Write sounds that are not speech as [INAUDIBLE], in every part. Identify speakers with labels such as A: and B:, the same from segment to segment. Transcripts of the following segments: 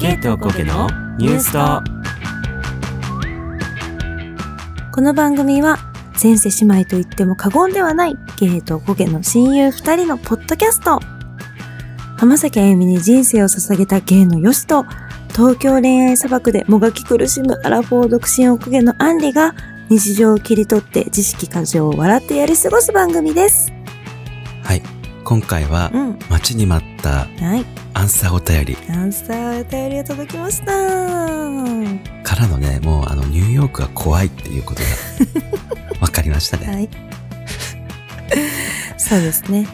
A: ケイトコケのニュースと
B: この番組は前世姉妹と言っても過言ではないゲイとゴゲの親友二人のポッドキャスト浜崎あゆみに人生を捧げたゲイのヨシと東京恋愛砂漠でもがき苦しむアラフォー独身おこげのアンリが日常を切り取って知識過剰を笑ってやり過ごす番組です
A: はい今回は
B: うん
A: 待ちに待った
B: はい
A: アンサーお便り
B: アンサーお便りが届きましたは
A: からのねもうあのニューヨークが怖いっていうこと
B: [LAUGHS]
A: がわかりましたね、 [LAUGHS]
B: いそうですね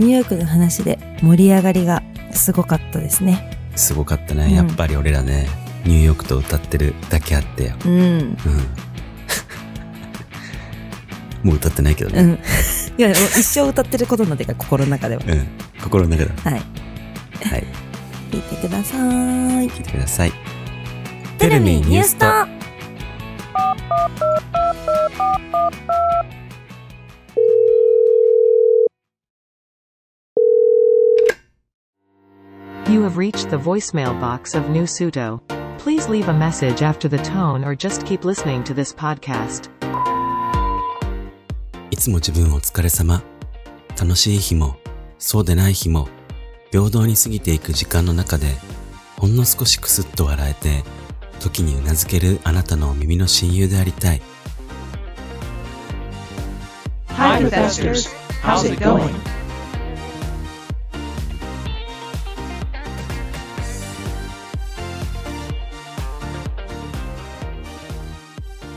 A: う
B: ニューヨークの話で盛り上がりがすごかったですね。
A: んすごかった
B: うん
A: ねやっぱり俺らね、ニューヨークと歌ってるだけあってよ
B: うん。
A: うん [LAUGHS] もう歌ってないけど
B: う
A: ね、
B: ん。 [LAUGHS] いや、もう一生歌ってることなんていうか、心の中では。
A: うん心の中だ
B: はい。
A: はい
B: [LAUGHS] 聞いてください。
A: 聞いてください
B: テレビニュースと
C: You have reached the voicemail box of New Suto. Please leave a message after the tone or just keep listening to this podcast.
A: いつも自分お疲れ様。楽しい日も、そうでない日も、平等に過ぎていく時間の中で、ほんの少しくすっと笑えて、時にうなずけるあなたの耳の親友でありたい。
D: Hi, Bethesters. How's it going?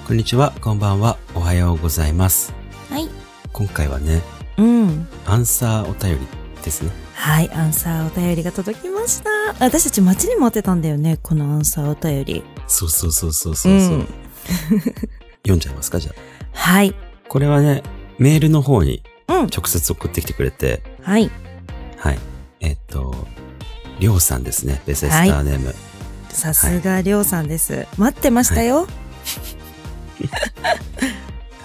A: こんにちは、こんばんは、おはようございます。
B: はい。
A: 今回はね、
B: うん。
A: アンサーお便りですね。
B: はい、アンサーお便りが届きました。私たち待ちに待ってたんだよね、このアンサーお便り。
A: そうそうそうそうそうそう、
B: うん
A: [LAUGHS] 読んじゃいますか、じゃあ。
B: はい。
A: これはね、メールの方に
B: うん。
A: 直接送ってきてくれて、
B: はい。
A: はい。えっと、りょうさんですね。ベセスターネーム。
B: さすが、りょうさんです。待ってましたよ。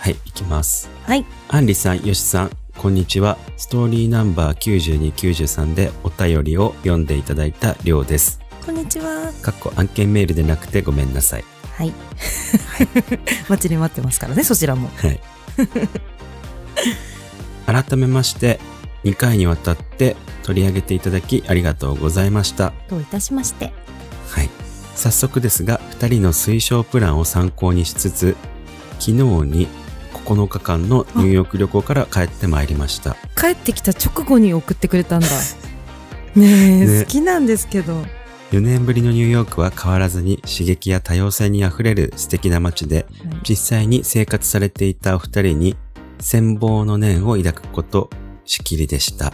A: はい、いきます。
B: はい。
A: あんりさん、よしさん、こんにちは。ストーリーナンバー92、93でお便りを読んでいただいたりょうです。
B: こんにちは。
A: かっこ案件メールでなくてごめんなさい。
B: はい。 [LAUGHS] 待ちに待ってますからね、そちらも。
A: はい。 [LAUGHS] 改めまして、2回にわたって取り上げていただきありがとうございました。
B: どういたしまして。
A: はい。早速ですが、2人の推奨プランを参考にしつつ、昨日に9日間のニューヨーク旅行から帰ってまいりました。
B: 帰ってきた直後に送ってくれたん
A: [LAUGHS]
B: だねえ
A: ね
B: 好きなんですけど
A: 4年ぶりのニューヨークは変わらずに刺激や多様性に溢れる素敵な街で、実際に生活されていたお二人に、羨望の念を抱くこと、しきりでした。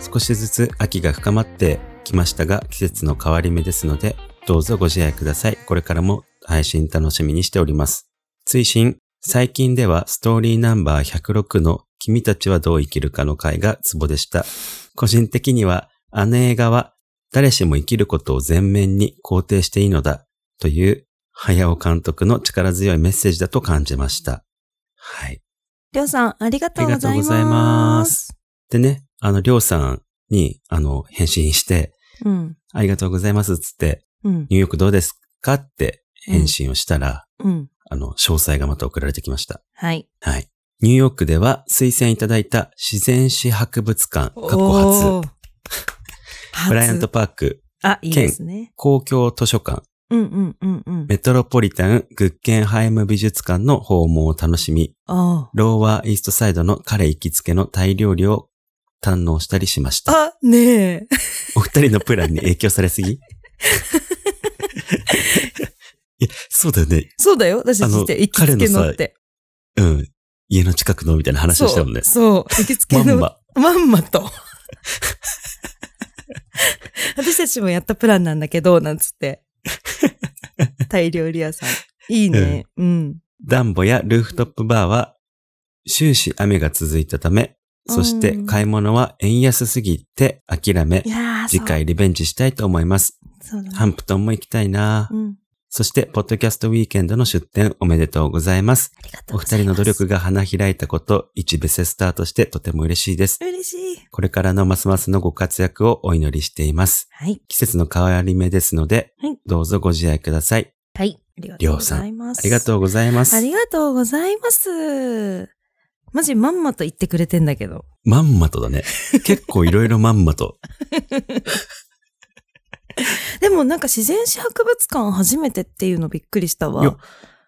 A: 少しずつ秋が深まってきましたが、季節の変わり目ですので、どうぞご自愛ください。これからも配信楽しみにしております。追伸、最近ではストーリーナンバー106の君たちはどう生きるかの回がツボでした。個人的には、あの映画は誰しも生きることを全面に肯定していいのだという、早尾監督の力強いメッセージだと感じました。はい。
B: りょうさんありがとうございます
A: ありがとうございますでね、あの、りょうさんに、あの、返信して、
B: うん
A: ありがとうございますっつって、
B: うん
A: ニューヨークどうですかって返信をしたら、
B: うん
A: あの、詳細がまた送られてきました。
B: はい
A: はい。ニューヨークでは推薦いただいた自然史博物館、過去初、
B: おー初
A: ブライアントパーク、
B: あいいですね
A: 公共図書館、
B: うんうんうんうん
A: メトロポリタングッケンハイム美術館の訪問を楽しみ、
B: あー
A: ローワーイーストサイドの彼行きつけのタイ料理を堪能したりしました。
B: あねえ [LAUGHS]
A: お二人のプランに影響されすぎいや、そうだよね。
B: そうだよ私たちって
A: あの
B: 行きつけのって
A: うん。家の近くのみたいな話をしたもんね。
B: そうそう行きつけ
A: ま
B: の
A: んま。
B: まんまと [LAUGHS] 私たちもやったプランなんだけどなんつってタイ料理屋さんいいねうん
A: 暖房やルーフトップバーは終始雨が続いたため、そして買い物は円安すぎて諦め
B: い、やー
A: 次回リベンジしたいと思います。
B: そうそうだね
A: ハンプトンも行きたいなぁ
B: うん
A: そして、ポッドキャストウィーケンドの出展おめでとうございます。
B: ありがとう
A: お
B: ござ
A: 二
B: い
A: 人
B: ま
A: の
B: す。
A: 努力が花開いたこと、一ベセスターとしてとても嬉しいです。
B: 嬉しい。
A: これからのますますのご活躍をお祈りしています。
B: はい。
A: 季節の変わり目ですので、
B: はい
A: どうぞご自愛ください。
B: はい。ありがとうございます。
A: ありがとうございます
B: あ。りがとうございます。マジまんまと言ってくれてんだけど。
A: まんまとだね。
B: [LAUGHS]
A: 結構いろいろまんまと。
B: でもなんか自然史博物館初めてっていうのびっくりした
A: いや
B: わ。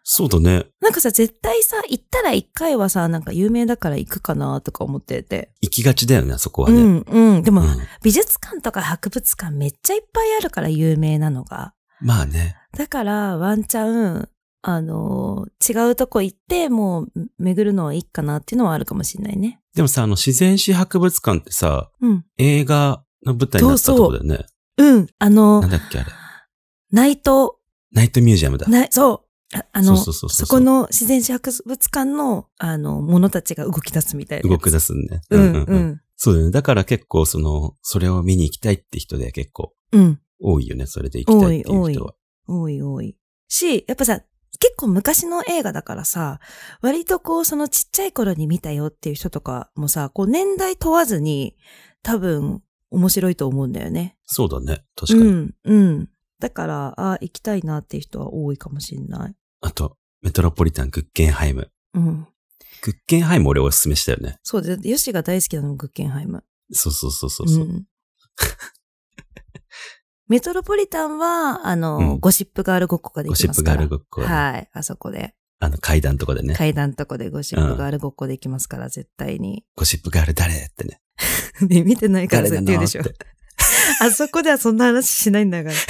A: そうだね。
B: なんかさ、絶対さ、行ったら一回はさ、なんか有名だから行くかなとか思ってて。
A: 行きがちだよね、あそこは
B: う
A: ね。
B: ん、うん。でも、
A: うん
B: 美術館とか博物館めっちゃいっぱいあるから有名なのが。
A: まあね。
B: だから、ワンチャン、あのー違うとこ行って、もう、巡るのはいいかなっていうのはあるかもしれないね。
A: でもさ、あの、自然史博物館ってさ、
B: うん。
A: 映画の舞台になったとこだよね。
B: うん。あの
A: な
B: ー
A: んだっけあれ。
B: ナイト、
A: ナイトミュージアムだ。
B: な、そう。ああの、
A: そうそうそうそ
B: そ
A: う
B: この自然史博物館の、あの、ものたちが動き出すみたいな。
A: 動
B: 出
A: き
B: す。
A: 出すんね。
B: うん、うん、
A: そうだよね。だから結構その、それを見に行きたいって人で結構
B: うん。
A: 多いよね。それで行きたいっていう人は。
B: 多い多い。し、やっぱさ、結構昔の映画だからさ、割とこう、そのちっちゃい頃に見たよっていう人とかもさ、こう、年代問わずに、多分、面白いと思うんだよね。
A: そうだね。確かに。
B: うん、うん。だから、あ、行きたいなっていう人は多いかもしれない。
A: あと、メトロポリタングッケンハイム。
B: うん。
A: グッケンハイム俺おすすめしたよね。
B: そうで、ヨシが大好きなのもグッケンハイム。
A: そうそうそうそうそう、
B: ん [LAUGHS] メトロポリタンは、あの、
A: うん
B: ゴシップガールごっこがで
A: ゴ
B: き
A: シ
B: ま
A: ップ
B: すか
A: ガ
B: ら。
A: ールごっこ、
B: はい、あそこで。
A: あの階段とかでね。
B: 階段とこでゴシップガールごっこできますから、絶対に。
A: ゴシップガール誰ってね。
B: で、 [LAUGHS] 見てないから
A: 誰
B: 絶
A: な
B: 対言
A: の
B: うで
A: っ
B: しょ。
A: て。
B: [LAUGHS] あそこではそんな話しないんだから。 [LAUGHS]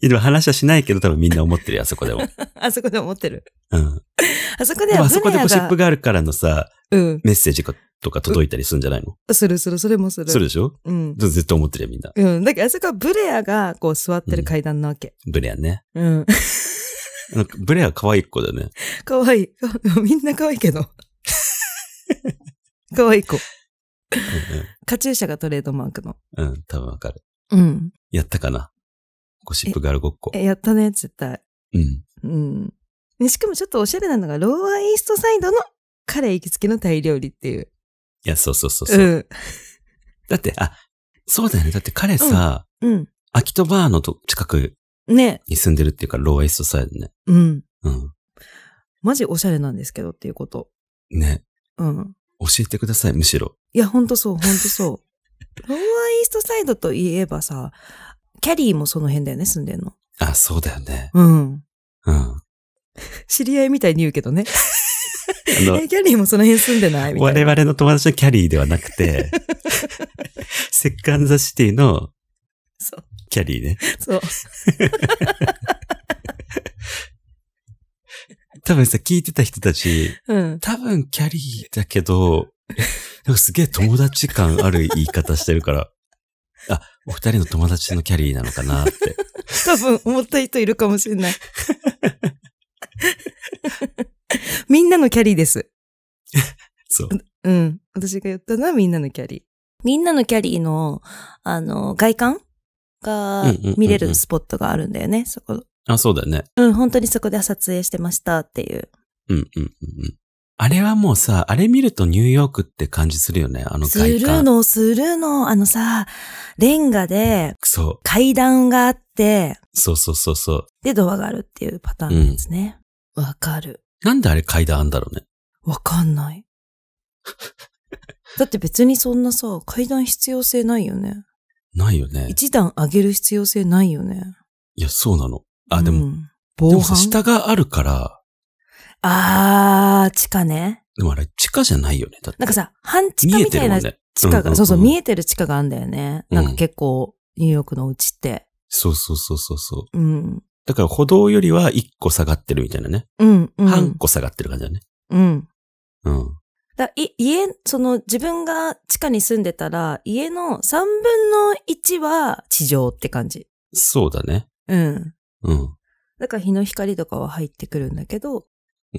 A: いやでも話はしないけど多分みんな思ってるよ、あそ
B: [LAUGHS]
A: こでも。
B: あそこで思ってる。
A: うん。
B: あそこで
A: でも
B: は
A: あ
B: ブ
A: そこ
B: レ
A: で
B: ア
A: ゴシップ
B: が、
A: ガールからのさ、
B: うん。
A: メッセージとか届いたりするんじゃないの
B: するする、それもする。
A: するでしょ
B: うん。
A: 絶対思ってるよ、みんな。
B: うん。だけど、あそこはブレアが、こう、座ってる階段なわけ。
A: ブレアね。
B: うん。 [LAUGHS]
A: なんかブレア可愛い子だよね。
B: かわい [LAUGHS] い。みんなかわいいけど。 [LAUGHS] かわいい子。カチューシャがトレードマークの。
A: うん、うん。うん、多分わかる。
B: うん。
A: やったかなゴシップガールごっこ。
B: え、やったね、絶対。
A: うん。
B: うん。ねしかもちょっとおしゃれなのが、ローアーイーストサイドのカレー行きつけのタイ料理っていう。
A: いや、そうそうそう
B: う
A: そう、
B: ん。
A: だって、あ、そうだよね。だって彼さ、
B: うん。
A: アキトバーのと近く
B: ね。
A: に住んでるっていうか、ローエイストサイドね。
B: うん。
A: うん。
B: マジおしゃれなんですけどっていうこと。
A: ね。
B: うん。
A: 教えてください、むしろ。
B: いや、ほんとそう、ほんと [LAUGHS] そう。ローアーイーストサイドといえばさ、キャリーもその辺だよね、住んでんの。
A: あ、そうだよね。
B: うん。
A: うん。あ
B: 知り合いみたいに言うけどね。
A: の
B: [LAUGHS] え、、キャリーもその辺住んでないみたい
A: 我
B: な。
A: 々の友達のキャリーではなく
B: [LAUGHS]
A: て、セッカンザシティの
B: そう。
A: キャリーね。
B: そう。
A: 多分さ、聞いてた人たち、
B: うん。
A: 多分キャリーだけど、 [LAUGHS] なんかすげえ友達感ある言い方してるから、あ、お二人の友達のキャリーなのか
B: [LAUGHS]
A: なって。
B: 多分思った人いるかもしれ [LAUGHS] ない。みんなのキャリーです。
A: そう。
B: うん。私が言ったのはみんなのキャリー。みんなのキャリーの、あの、外観が
A: うんうんうんうん
B: 見れるスポットがあるんだよね、そこ。
A: あ、そうだよね。
B: うん、本当にそこで撮影してましたっていう。
A: うんうんうんうん。あれはもうさ、あれ見るとニューヨークって感じするよね。あの
B: す
A: 外
B: る
A: 観。
B: の、するの。あのさ、レンガで
A: そう。
B: 階段があって、
A: そうそうそうそう。
B: で、ドアがあるっていうパターンなんですね。わ、かる。
A: なんであれ階段あんだろうね。
B: わかんない。だって別にそんなさ、階段必要性ないよね。
A: ないよね。
B: 一段上げる必要性ないよね。
A: いや、そうなの。あ、でも、
B: うん
A: で
B: 防
A: もさ、
B: 犯
A: 下があるから、
B: あー、地下ね。
A: でもあれ地下じゃないよね。だって
B: なんか、さ、半地下
A: 見え
B: み
A: て
B: た
A: る
B: い
A: もん
B: な
A: ね。
B: 地下
A: うんうんう
B: が、
A: ん
B: そうそう、見えてる地下があんだよね。
A: うん
B: なんか結構、ニューヨークのお家って。
A: そうそうそうそうそう。
B: うん。
A: だから歩道よりは1個下がってるみたいなね。
B: うん、うん。
A: 半個下がってる感じだね。
B: うん。
A: うん。
B: だい家、その自分が地下に住んでたら、家の3分の1は地上って感じ。
A: そうだね。
B: うん。
A: うん。うん
B: だから日の光とかは入ってくるんだけど、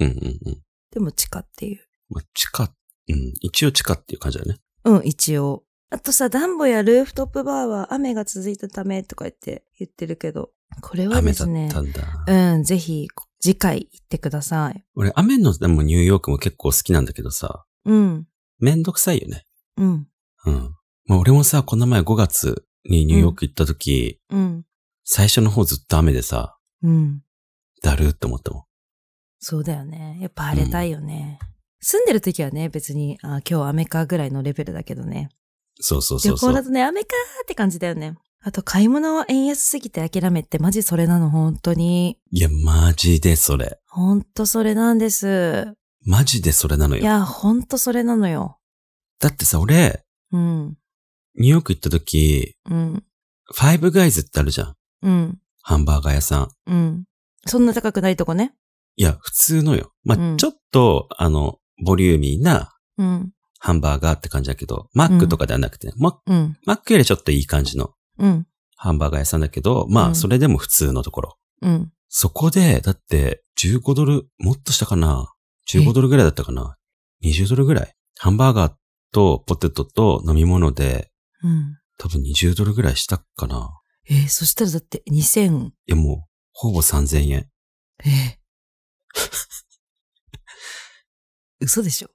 A: うんうん。
B: でも地下っていう。
A: まあ、地下、うん。一応地下っていう感じだね。
B: うん、一応。あとさ、暖房やルーフトップバーは雨が続いたためとか言って言ってるけど、これはで
A: 雨
B: す
A: だっ
B: ね、
A: たんだ。
B: うん、ぜひ次回行ってください。
A: 俺、雨のでもニューヨークも結構好きなんだけどさ、
B: うん、
A: めんどくさいよね。
B: うん、
A: うん。まあ俺もさ、この前5月にニューヨーク行った時、
B: うん、
A: 最初の方ずっと雨でさ、
B: うん。
A: だるーって思ったもん。
B: そうだよね。やっぱ晴れたいよね。住んでる時はね、別に、あ今日雨かぐらいのレベルだけどね。
A: そうそうそうそ
B: 旅行だ
A: う。
B: とね、雨かーって感じだよね。あと、買い物は円安すぎて諦めって、マジそれなの、本当に。
A: いや、マジでそれ。
B: 本当それなんです。
A: マジでそれなの
B: い
A: よ。
B: や、本当それなのよ。
A: だってさ、俺、
B: うん、
A: ニューヨーク行った時、
B: うん、
A: ファイブガイズってあるじゃん。
B: うん、
A: ハンバーガー屋さん。
B: うん。そんな高くないとこね。
A: いや、普通のよ。まあ、
B: うん
A: ちょっと、あの、ボリューミーな
B: うん、
A: ハンバーガーって感じだけど、マックとかではなくて、マ
B: うん、
A: マックよりちょっといい感じの
B: うん、
A: ハンバーガー屋さんだけど、ま
B: う
A: あ、
B: ん
A: それでも普通のところ。
B: うん。
A: そこで、だって、15ドル、もっとしたかな ?15 ドルぐらいだったかな ?20 ドルぐらいハンバーガーとポテトと飲み物で、
B: うん、
A: 多分20ドルぐらいしたかな
B: えーそしたらだって2000、
A: いや、もう、ほぼ3000円。
B: えー [LAUGHS] 嘘でしょ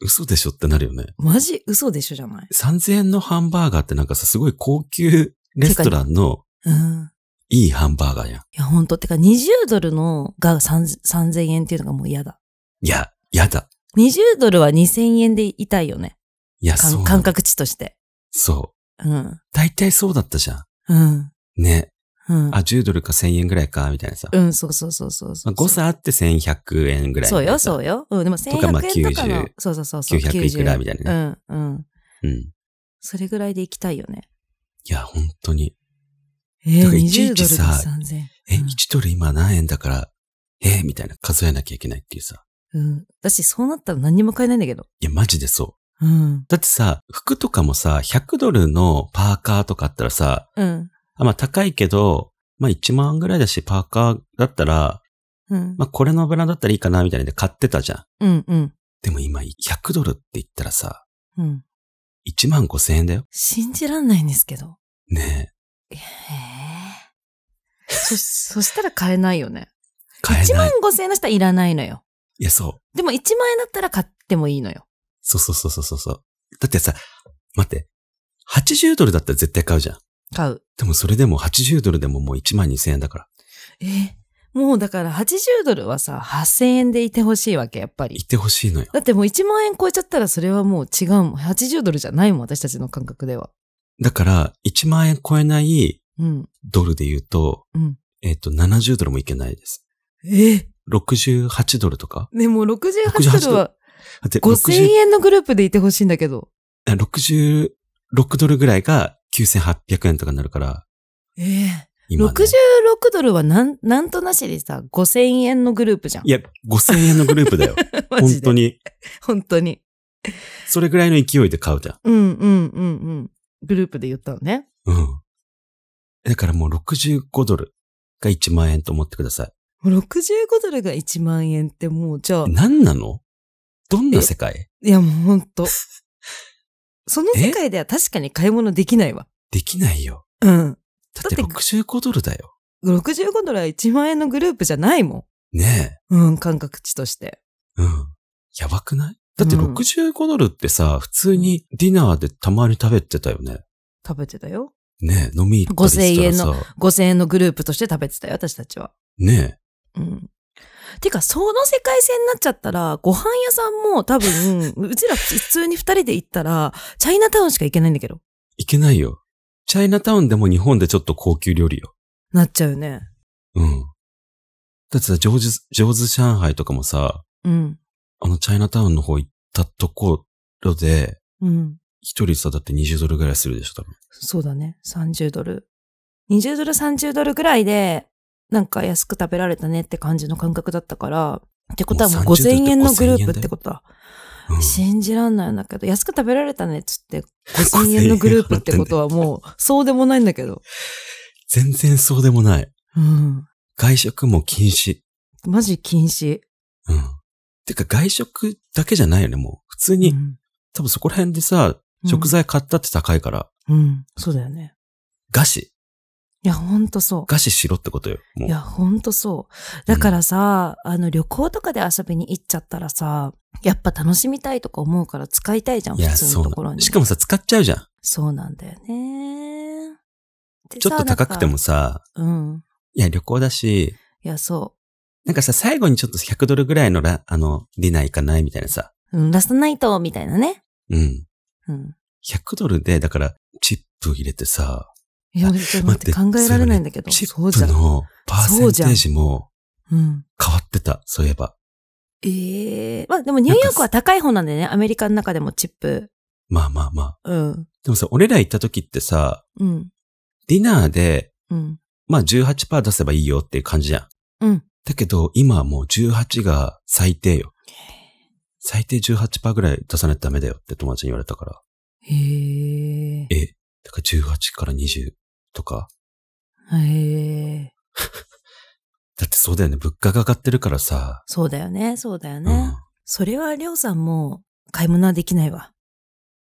A: 嘘でしょってなるよね。
B: マジ嘘でしょじゃない
A: 3000円のハンバーガーってなんかさ、すごい高級レストランの
B: うん。
A: いいハンバーガーやん。
B: いや、ほんと。てか、20ドルのが3000 3000円っていうのがもう嫌だ。
A: いや、やだ。
B: 20ドルは2000円でいたいよね。
A: いや、
B: かん
A: そうな
B: 感
A: の。
B: 覚値として。
A: そう。
B: うん。
A: 大体そうだったじゃん。
B: うん。
A: ね。
B: うん。
A: あ、10ドルか1000円ぐらいか、みたいなさ。
B: うん、そうそうそうそうそ
A: ま
B: う。
A: あ、誤差あって1100円ぐらい
B: そうよ、そう
A: よ。
B: よ。うん、でも
A: とかまあ
B: 1100円とかの
A: 90。
B: そうそうそうそう。
A: 900いくらみたいな
B: ね。うん、うん。
A: うん。い
B: それぐらいで行きたいよね。
A: や、本当に。
B: えー、
A: だからいち
B: 20
A: い
B: ド
A: ち
B: ルで
A: さ
B: 3000円。
A: え、
B: うん
A: 1ドル今何円だから、えみたいな数えなきゃいけないっていうさ。
B: うん。私、そうなったら何にも買えないんだけど。
A: いや、マジでそう。
B: うん。
A: だってさ、服とかもさ、100ドルのパーカーとかあったらさ、
B: うん。
A: あまあ高いけど、まあ1万ぐらいだし、パーカーだったら、
B: うん。
A: まあこれのブランドだったらいいかな、みたいなんで買ってたじゃん。
B: うん。うん。
A: でも今、100ドルって言ったらさ、
B: うん。
A: 1万5千円だよ。
B: 信じらんないんですけど。
A: ね
B: ええ。そ、そしたら買えないよね。
A: え。買え
B: 1
A: な
B: 万
A: い。
B: 5千円の人はいらないのよ。
A: いや、そう。
B: でも1万円だったら買ってもいいのよ。
A: そうそうそうそうそうそう。だってさ、待って。80ドルだったら絶対買うじゃん。
B: 買う。
A: でもそれでも80ドルでももう1万2千円だから。
B: えもうだから80ドルはさ、8000円でいてほしいわけ、やっぱり
A: 行っ。てほしいのよ。
B: だってもう1万円超えちゃったらそれはもう違うもん。80ドルじゃないもん、私たちの感覚では。
A: だから、1万円超えない
B: うん。
A: ドルで言うと、
B: うん
A: えっ、と、70ドルもいけないです。
B: え
A: 68ドルとか
B: でも68ドルは
A: だって
B: 5000円のグループでいてほしいんだけど。
A: 60 66ドルぐらいが9800円とかになるから、
B: ええ
A: 今、ね。
B: 66ドルはなん、なんとなしでさ、5000円のグループじゃん。
A: いや、5000円のグループだよ。
B: [LAUGHS] マ
A: 本
B: ジで
A: 当。に。
B: 本当に。
A: それぐらいの勢いで買うじゃん。
B: うんうんうんうん。グループで言ったのね。
A: うん。だからもう65ドルが1万円と思ってください。
B: もう65ドルが1万円ってもう、じゃあ、
A: 何なのどんな世界
B: いやもうほん
A: [LAUGHS]
B: と。その世界では確かに買い物できないわ。
A: できないよ。
B: うん。
A: だって
B: だっ
A: 65ドルだよ。
B: 65ドルは1万円のグループじゃないも
A: ね
B: ん。うん、感覚値として。
A: え。うん。やばくないだって
B: うん
A: 65ドルってさ、普通にディナーでたまに食べてたよね。
B: 食べてたよ。
A: ねえ、飲み行ったりしたらさ。
B: 5000円のグループとして食べてたよ、私たちは。
A: ね
B: うん。てか、その世界線になっちゃったら、ご飯屋さんも多分、うちら普通に2人で行ったら、チャイナタウンしか行けないんだけど。
A: え、いけないよ。チャイナタウンでも日本でちょっと高級料理よ。
B: なっちゃうよね。
A: うん。だってさ、上手、上手上海とかもさ、
B: うん。
A: あのチャイナタウンの方行ったところで、
B: うん。
A: 一人さ、だって20ドルぐらいするでしょ、多分。
B: そうだね。30ドル。20ドル、30ドルぐらいで、なんか安く食べられたねって感じの感覚だったから、ってことはもう
A: もう30
B: 5000円のグル
A: 5000円
B: ー
A: だ
B: プ
A: よ
B: ってことだ。
A: うん
B: 信じらんないんだけど、安く食べられたねっつって、5000円のグループってことはもう、そうでもないんだけど。
A: 全然そうでもない。
B: うん。
A: 外食も禁止。
B: マジ禁止。
A: うん。てか外食だけじゃないよね、もう。普通に、
B: うん
A: 多分そこら辺でさ、
B: うん
A: 食材買ったって高いから、
B: うん。そうだよね。
A: 餓死
B: いや、ほんとそう。
A: 餓死しろってことよ。も。
B: いうや、ほんとそう。だからさ、あの、旅行とかで遊びに行っちゃったらさ、やっぱ楽しみたいとか思うから使いたいじゃん、
A: い
B: 普
A: や、
B: 通の
A: そ
B: ところ
A: うな。
B: に。
A: しかもさ、使っちゃうじゃん。
B: そうなんだよね。で
A: ちょっと
B: さ
A: 高くても。さ、
B: なんかうん。
A: いや、旅行だし、
B: いや、そ
A: なんかさ、最後にちょっと100ドルぐらいのラ、あの、ディナー行かないみたいなさ。
B: う。うん、ラストナイト、みたいなね。
A: うん。
B: うん。
A: 100ドルで、だから、チップ入れてさ、
B: いや、
A: あ
B: ちょっと待って、考えられないんだけど。
A: チッ
B: そうじゃ
A: プ
B: ん。
A: のパーセンテージも
B: うん。
A: 変わってた、そういえば。
B: ええまあでもニューヨークは高い方なんでね、アメリカの中でもチップ。
A: まあまあまあ。
B: うん。
A: でもさ、俺ら行った時ってさ、
B: うん。
A: ディナーで、
B: うん。
A: まあ18%出せばいいよっていう感じじゃん。
B: うん。
A: だけど、今はもう18が最低よ。最低18%ぐらい出さないとダメだよって友達に言われたから。
B: へえ。
A: え、だから18から20とか。
B: へえ。
A: だってそうだよね。物価が上がってるからさ。
B: そうだよね、そうだよね。
A: うん。
B: それはりょうさんも買い物はできないわ。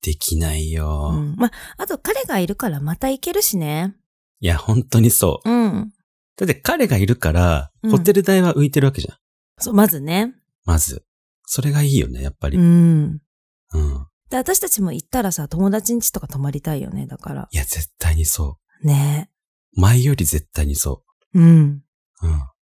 A: できないよ、
B: うん。まあ、あと彼がいるからまた行けるしね。
A: いや、本当にそう。
B: うん。
A: だって彼がいるから、
B: うん
A: ホテル代は浮いてるわけじゃん。
B: そう、まずね。
A: まず。それがいいよね、やっぱり。
B: う
A: うん。
B: ん。で、私たちも行ったらさ、友達ん家とか泊まりたいよね、だから。
A: いや、絶対にそ
B: ね
A: う。前より絶対にそ
B: うん。
A: う。うん。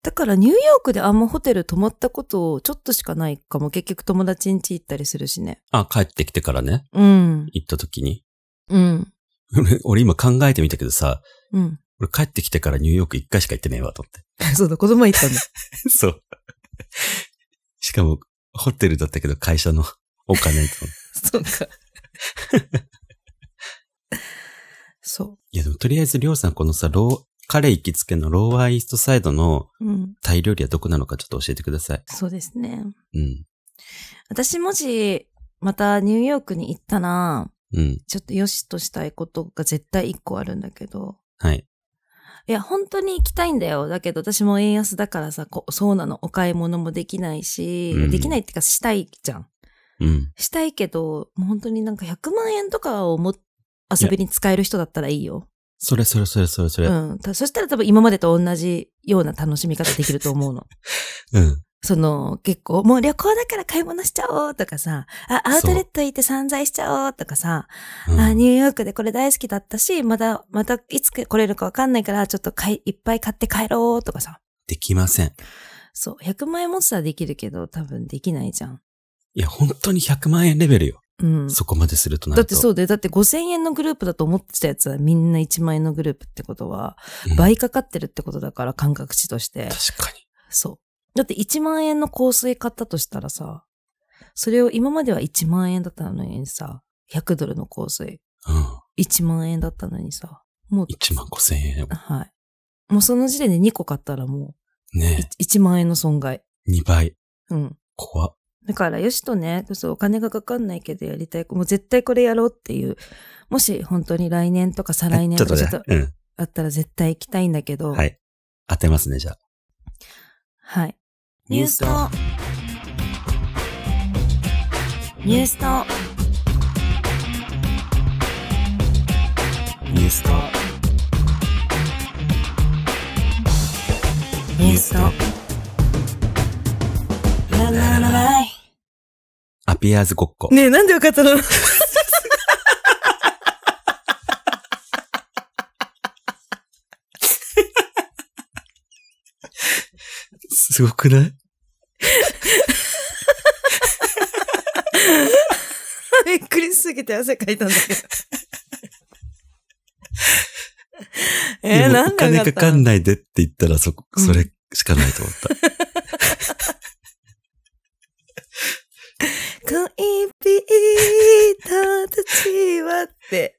B: だからニューヨークであんまホテル泊まったことちょっとしかないかも。結局友達ん家行ったりするしね。
A: あ、帰ってきてからね、
B: うん。
A: 行った時に。 [LAUGHS]
B: うん。
A: 俺俺今考えてみたけどさ、
B: うん。 [LAUGHS]
A: 俺帰ってきてからニューヨーク一回しか行ってねえわ、と思って。 [LAUGHS]
B: そうだ、子供行ったんだ。
A: そう。 [LAUGHS] しかも、ホテルだったけど会社の [LAUGHS] お金と。
B: [LAUGHS] そうか。 [LAUGHS] そ
A: いや、でもとりあえず、りょうさん、このさ、ロー、彼行きつけのローアーイーストサイドの
B: う。うん。
A: タイ料理はどこなのかちょっと教えてください。
B: そうですね。
A: うん。
B: 私もし、またニューヨークに行ったら、
A: うん。
B: ちょっと良しとしたいことが絶対一個あるんだけど。
A: はい。
B: いや、本当に行きたいんだよ。だけど私も円安だからさ、こそうなの。お買い物もできないし、
A: うん
B: できないっていうかしたいじゃん。
A: うん。
B: したいけど、もう本当になんか100万円とかをも遊びに使える人だったらいいよ。
A: それそれそれそれそれ。
B: う
A: うん。
B: ん。たそしたら多分今までと同じような楽しみ方できると思うの。その、結構、もう旅行だから買い物しちゃおうとかさ、あ、アウトレット行って散財しちゃおうとかさ、
A: うん
B: あ、ニューヨークでこれ大好きだったし、また、またいつ来れるかわかんないから、ちょっと買い、いっぱい買って帰ろうとかさ。
A: できません。
B: そう、100万円持つはできるけど、多分できないじゃん。
A: いや、本当に100万円レベルよ。
B: うん。
A: そこまでするとな
B: だっ
A: ると。
B: てそうで、だって5000円のグループだと思ってたやつはみんな1万円のグループってことは
A: うん、
B: 倍かかってるってことだから、感覚値として。
A: 確かに。
B: そう。だって1万円の香水買ったとしたらさ、それを今までは1万円だったのにさ、100ドルの香水、
A: うん。
B: 1万円だったのにさ、もう、
A: 1万5千円。
B: はい。もうその時点で2個買ったらもう
A: ね
B: 1、1万円の損害。
A: え。2倍。
B: うん。
A: 怖っ
B: だから、よしとね、そうお金がかかんないけどやりたい、もう絶対これやろうっていう、もし本当に来年とか再来年
A: ちょ
B: と
A: っと
B: かちょっと。
A: ねうん。
B: あったら絶対行きたいんだけど、
A: はい。当てますね、じゃあ。
B: はい。
A: ニュースと
B: ニュースと
A: ニュースと。
B: ニュースとラララライ
A: アピアーズごっこ。
B: ねえ、なんでよかったの [LAUGHS]
A: すごくない
B: びっくりしすぎて汗かいたんだ
A: [LAUGHS]
B: けど。えー、
A: でも
B: なん
A: お
B: で
A: 金
B: よか
A: か
B: っ
A: か
B: た
A: ん
B: の
A: ないでって言ったら、そこ、
B: うん
A: それしかないと
B: [LAUGHS]
A: 思った。
B: 恋人たちはって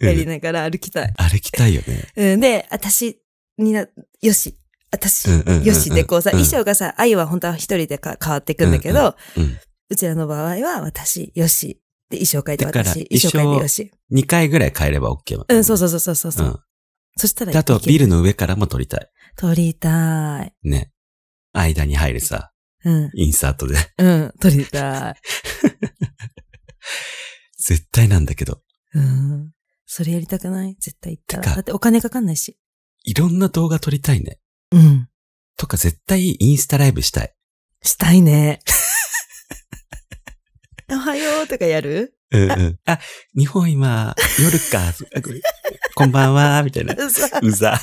B: やりながら歩きたい。
A: 歩きたいよね。
B: うん、で、私にな、よし、私、
A: うんうんうんうん
B: よしでこうさ、
A: うん
B: 衣装がさ、愛は本当は一人でか変わっていくんだけど、
A: うんうん。
B: うちらの場合は私、よし。で、衣装変えて
A: だから
B: 私、衣装変えてよし。
A: 2回ぐらい変えれば OK なの。
B: うん、そうそうそうそうそう。う
A: う。
B: んそしたら
A: であとはビ
B: ル。
A: ルの上からも撮りたい。
B: 撮りたい。
A: ね。間に入るさ、
B: うん、
A: インサートで。
B: うん、撮りたい。
A: [LAUGHS] 絶対なんだけど。
B: うん。それやりたくない絶対行った
A: て
B: ら。
A: か
B: だってお金かかんないし。
A: いろんな動画撮りたいね。
B: うん。
A: とか絶対インスタライブしたい。
B: したいね。 [LAUGHS] おはようとかやる
A: うんうん。 [LAUGHS] あ、日本今、夜か。 [LAUGHS] あこれこんばんは、みたいな。
B: 嘘 [LAUGHS] やり
A: うざ。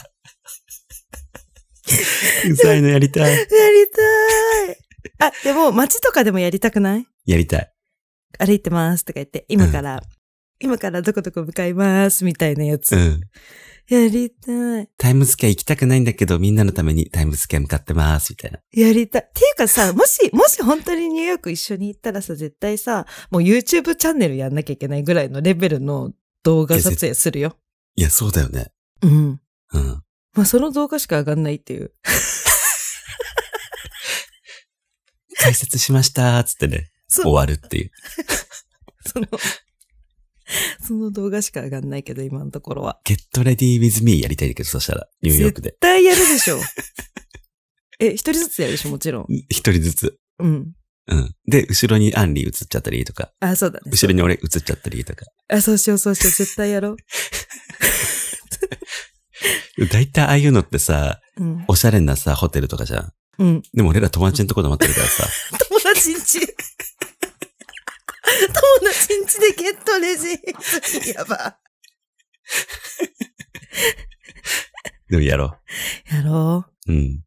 A: [LAUGHS] うざいのやりたい。
B: たい。あ、でも街とかでもやりたくない
A: やりたい。
B: 歩いてますとか言って、今から、今からどこどこ向かいますみたいなやつ。
A: うん。
B: やりたい。
A: タイムズケア行きたくないんだけど、みんなのためにタイムズケア向かってます、みたいな。
B: やりたい。っていうか
A: [LAUGHS]
B: さ、もし、もし本当にニューヨーク一緒に行ったらさ、絶対さ、もう YouTube チャンネルやんなきゃいけないぐらいのレベルの動画撮影するよ。
A: いや、そうだよね。
B: うん。
A: うん。
B: まあ、その動画しか上がんないっていう。 [LAUGHS]
A: 解説しました、つってね、終
B: そう。
A: わるっていう。
B: その、その動画しか上がんないけど、今のところは。
A: ゲットレディ with me やりたいんだけど、そしたら、ニューヨークで
B: 絶。対やるで
A: [LAUGHS]
B: しょ。え、一人ずつやるでしょ、もちろん。
A: 一人ずつ。
B: うん。
A: うん。で、後ろにアンリー映っちゃったりとか、
B: あ、そうだね。
A: 後ろに俺映っちゃったりとか。
B: あ、そうしよう、そうしよう、絶対やろう。
A: だいたいああいうのってさ、
B: うん。
A: おしゃれなさ、ホテルとかじゃん。
B: うん。
A: でも俺ら友達のとこで待ってるか
B: [LAUGHS]
A: らさ、
B: 友達ん
A: [LAUGHS]
B: ち。友達んちでゲットレジ。やば。
A: でもやろ
B: やろう。
A: う。うん。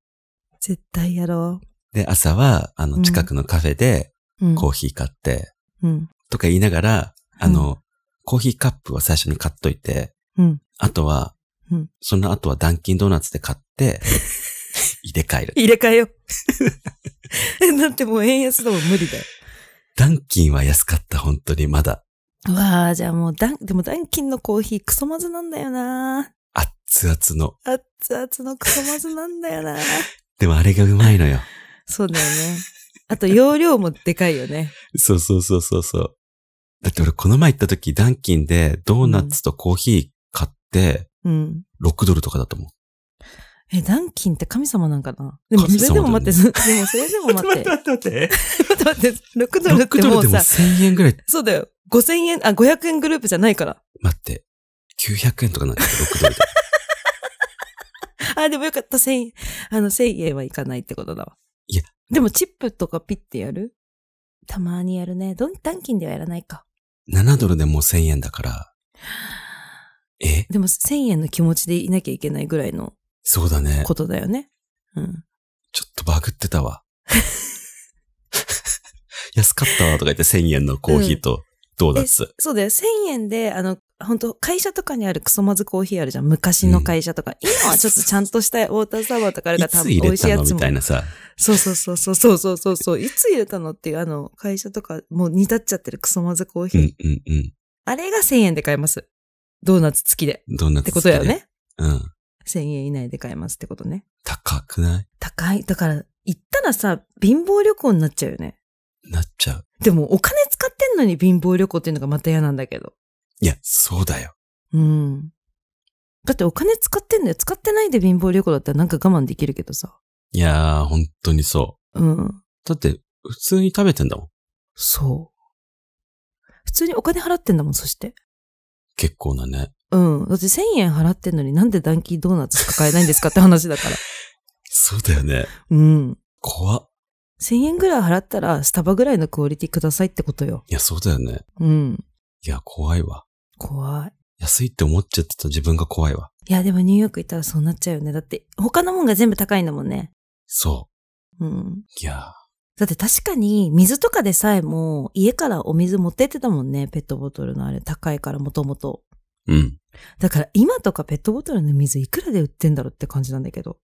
B: 絶対やろ
A: で、朝は、あ
B: う
A: の、
B: ん
A: 近くのカフェで
B: う。うん。
A: コーヒー買って、
B: うん。
A: とか言いながら、あの、コーヒーカップは最初に買っといて、
B: うん。
A: あとは
B: うん、
A: その後はダンキンドーナツで
B: [LAUGHS]
A: 買って、入れ替える。
B: 入れ替えよう。えだってもう円 [LAUGHS] 安だもん、無理だよ。
A: ダンキンは安かった、本当に、まだ。
B: うわあ、じゃあもうダン、でもダンキンのコーヒークソまずなんだよな
A: 熱々の。
B: 熱々のクソまずなんだよな
A: でもあれがうまいのよ。
B: そうだよね。あと容量もでかいよね。
A: そうそうそうそうそう。だって俺この前行った時、ダンキンでドーナツとコーヒー買って、
B: うん。
A: 6ドルとかだと思う。
B: え、ダンキンって神様なんかなでもそれ
A: 神
B: で
A: 様
B: も
A: だ
B: 待
A: ね
B: って、そでもそれでも待
A: [LAUGHS]
B: って。
A: 待って待って。
B: 待って待って、6ドルっ
A: 6
B: て
A: ド
B: も
A: ル
B: う
A: でも
B: さ、
A: 1000円ぐらい、
B: そうだよ。5000円、あ、500円グループじゃないから。
A: 待って。900円とかなんだけど、6ドルで。
B: [LAUGHS] あ、でもよかった、1000円。あの、1000円はいかないってことだわ。
A: いや。
B: でもチップとかピッてやるたまにやるね。どん、ダンキンではやらないか。
A: 7ドルでもう1000円だから。え
B: でも1000円の気持ちでいなきゃいけないぐらいの
A: そうだね。
B: ことだよね。うん。
A: ちょっとバグってたわ。 [LAUGHS] 安かったわとか言って1000円のコーヒーとドーナツ。
B: そうだよ。1000円で、あの、本当会社とかにあるクソまずコーヒーあるじゃん。昔の会社とか。今はちょっとちゃんとしたウォーターサーバーとかある
A: い
B: から多
A: つ
B: 分
A: 入
B: 美
A: れ
B: 味しい
A: た
B: や
A: の
B: つ
A: み
B: も
A: たい。なさ。
B: そうそうそうそうそうそうそうそう。いつ入れたのっていう、あの、会社とか、もう煮立っちゃってるクソまずコーヒ
A: う
B: ー。
A: んうんうん。
B: あれが1000円で買えます。ドーナツ付きで。
A: ドーナ
B: っ
A: ツ
B: て
A: 好
B: こ
A: き
B: と
A: で
B: だよ。ね。
A: うん。
B: 1000円以内で買えますってことね。
A: 高くない
B: 高い。だから、行ったらさ、貧乏旅行になっちゃうよね。
A: なっちゃう。
B: でも、お金使ってんのに貧乏旅行っていうのがまた嫌なんだけど。
A: いや、そうだよ。
B: うん。だってお金使ってんのよ。使ってないで貧乏旅行だったらなんか我慢できるけどさ。
A: いやー、本当にそ
B: うん。
A: う。だって、普通に食べてんだもん。
B: そう。普通にお金払ってんだもん、そして。
A: 結構なね。
B: うん。だって1000円払ってんのになんでダンキードーナツしか買えないんですかって話だから。 [LAUGHS]
A: そうだよね。
B: うん。
A: 怖っ。
B: 1000円ぐらい払ったら、スタバぐらいのクオリティくださいってことよ。
A: いや、そうだよね。
B: うん。
A: いや、怖いわ。
B: 怖い。
A: 安いって思っちゃってた自分が怖いわ。
B: いや、でもニューヨーク行ったらそうなっちゃうよね。だって、他のもんが全部高いんだもんね。
A: そ
B: うん。
A: う。いや
B: だって確かに、水とかでさえも、家からお水持ってってたもんね。ペットボトルのあれ、高いからもともと。
A: ー。うん。
B: だから今とかペットボトルの水いくらで売ってんだろうって感じなんだけど。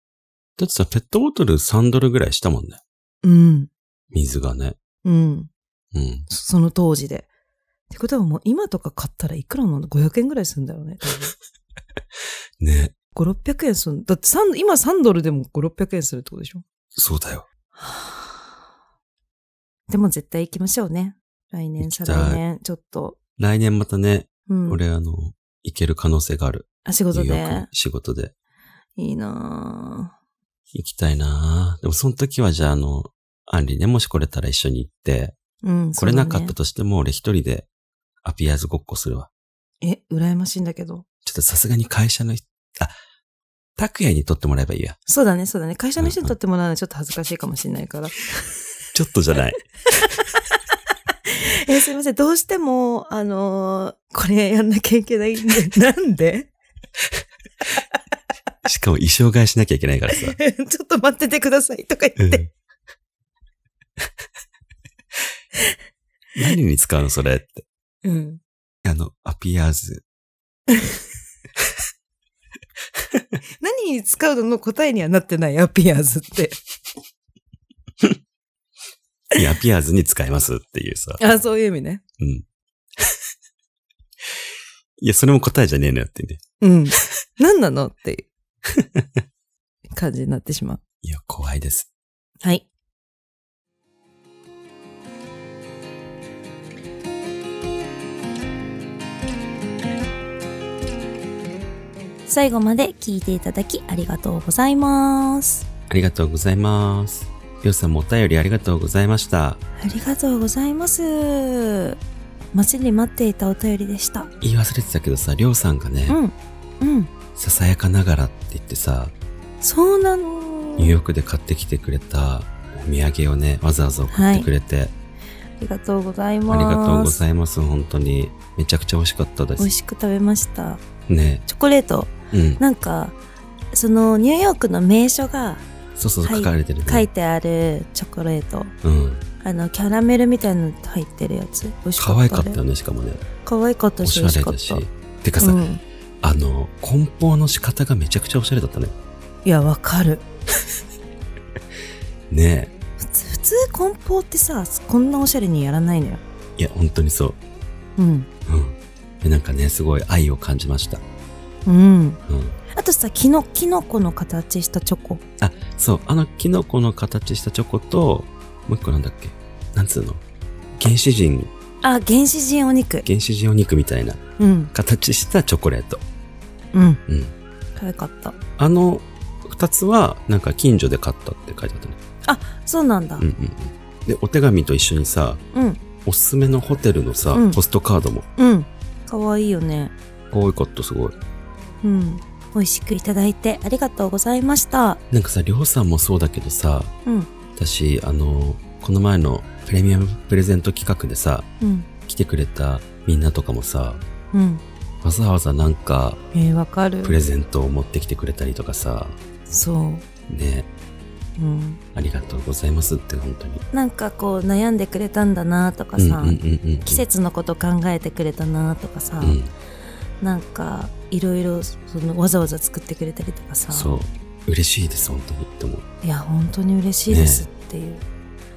A: だってさ、ペットボトル3ドルぐらいしたもんね。
B: うん。
A: 水がね。
B: うん。
A: うん。
B: そその当時で。ってことはもう今とか買ったらいくらなんだ ?500 円ぐらいするんだよね。
A: ね。
B: 多分5、600円するんだって三今3ドルでも5、600円するってことでしょ
A: そうだよ。
B: [SIGHS] でも絶対行きましょうね。来年、
A: 行きた
B: 再
A: い
B: 来年、ちょっと。
A: 来年またね、
B: うん。
A: 俺あの、行ける可能性がある。
B: あ、仕
A: ニュ
B: 事
A: ーヨーク
B: で
A: に。仕事で。
B: いいな
A: 行きたいなぁでもその時はじゃああの、アンリね、もし来れたら一緒に行って、
B: ぁうん。
A: 来れなかっ
B: そうだ
A: た
B: ね
A: としても俺一人でアピアーズごっこするわ。
B: え、羨ましいんだけど。
A: ちょっとさすがに会社の人、あ、拓也に撮ってもらえばいいや。
B: そうだね、そうだね。会社の人にとってもらうのはちょっと恥ずかしいかもしれないから。 [LAUGHS]
A: ちょっとじゃない。
B: え、すいません。どうしても、あのーこれやんなきゃいけないん
A: [LAUGHS]
B: で。なんで
A: しかも衣装替えしなきゃいけないから
B: [LAUGHS] ち
A: さ。
B: ょっと待っててくださいとか
A: う
B: 言
A: ん
B: って。
A: [LAUGHS] 何に使うのそれって。
B: うん。
A: あの、アピアーズ。
B: 何に使うのの答えにはなってない、アピアーズって。
A: いや、アピアーズに使いますっていうさ。
B: あ、そういう意味ね。
A: うん。いや、それも答えじゃねえのよってね。
B: うん。 [LAUGHS] 何なのっていう感じになってしまう。
A: いや、怖いです。
B: はい。最後まで聞いていただきありがとうございます。
A: ありがとうございます。りょうさんもお便りありがとうございました。
B: ありがとうございます。待ちに待っていたお便りでした。
A: 言い忘れてたけどさ、りょうさんがね、
B: うん。うん。
A: ささやかながらって言ってさ、
B: そうなの。
A: ニューヨークで買ってきてくれたお土産をね、わざわざ送ってくれて、
B: ありがとうござい
A: あ
B: ます。
A: りがとうございます。本当に。めちゃくちゃ美味しかったで
B: 美味
A: す。
B: しく食べました。
A: ね。
B: チョコレート。
A: うん。
B: なんか、そのニューヨークの名所が
A: そうそう、
B: はい
A: 書かれてるね。
B: 書いてあるチョコレート。
A: うん。
B: あの、キャラメルみたいなの入ってるやつ。美味しかった。
A: 可愛かったよ。ね、しかもね。
B: 可愛かった
A: お
B: し、
A: し
B: 美
A: ゃ
B: 味し
A: れ
B: かっ
A: だし。
B: た。
A: てかさ、
B: うん、
A: あの、梱包の仕方がめちゃくちゃおしゃれだったね。
B: いや、わかる。
A: ね
B: 普通、普通梱包ってさ、こんなおしゃれにやらないのよ。
A: え。いや、本当にそう。
B: うん。
A: うん。でなんかね、すごい愛を感じました。
B: うん。
A: うん。
B: あとさ、キノ、キノコの形したチョコ。
A: そう、あの、キノコの形したチョコと、もう一個なんだっけなんつうの原始人、
B: あ、原始人お肉。
A: 原始人お肉みたいな
B: うん。
A: 形したチョコレート。
B: うん。
A: うん。
B: 可愛かった。
A: あの、二つは、なんか近所で買ったって書いてあったね。
B: そうなんだ
A: うん。うんうん。で、お手紙と一緒にさ、
B: うん。
A: おすすめのホテルのさ、
B: うん
A: ポストカードも。
B: うん。可愛いよね。
A: 可愛かった、すごい。
B: うん。美味しくいただいてありがとうございました。
A: なんかさ、りょうさんもそうだけどさ、
B: うん。
A: 私、あの、この前のプレミアムプレゼント企画でさ、
B: うん。
A: 来てくれたみんなとかもさ、
B: うん。
A: わざわざなんか、
B: えー、わかる
A: プレゼントを持ってきてくれたりとかさ、
B: そ
A: ね、
B: う。うん。
A: ありがとうございますって、本当に。
B: なんかこう悩んでくれたんだなとか
A: うんう
B: さ、
A: んうんうん。
B: 季節のこと考えてくれたなとかさ、
A: うん、
B: なんかいろいろそのわざわざ作ってくれたりとかさ、
A: そう。嬉しいです、本当に。って思う。
B: いや本当に嬉しいですっていう。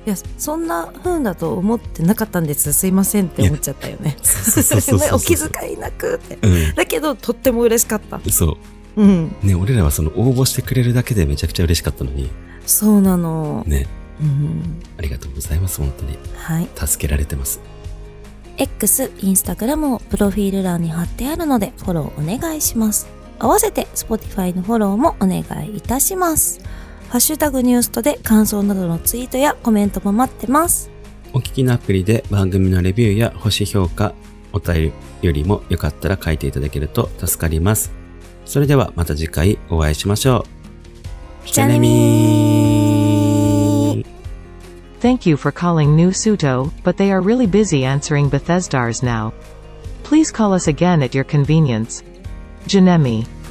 B: いやそんな風だと思ってなかったんですすいませんって思っちゃったよね。
A: そうそうそうそう
B: [LAUGHS]
A: そう
B: お気遣いなくって。
A: う
B: だけどとっても嬉しかった。
A: ん。そう。
B: うん。
A: ね、俺らはその応募してくれるだけでめちゃくちゃ嬉しかったのに、
B: そうなの。
A: ね、
B: うん。
A: ありがとうございます、本当に。
B: はい。
A: 助けられてます。
B: X、Instagram をプロフィール欄に貼ってあるのでフォローお願いします。合わせて Spotify のフォローもお願いいたします。ハッシュタグニュースとで感想などのツイートやコメントも待ってます。
A: お聞きのアプリで番組のレビューや星評価、お便りよりもよかったら書いていただけると助かります。それではまた次回お会いしましょう。
B: じゃあねみー
C: Thank you for calling New Suto, but they are really busy answering Bethesdars now. Please call us again at your convenience. Janemi.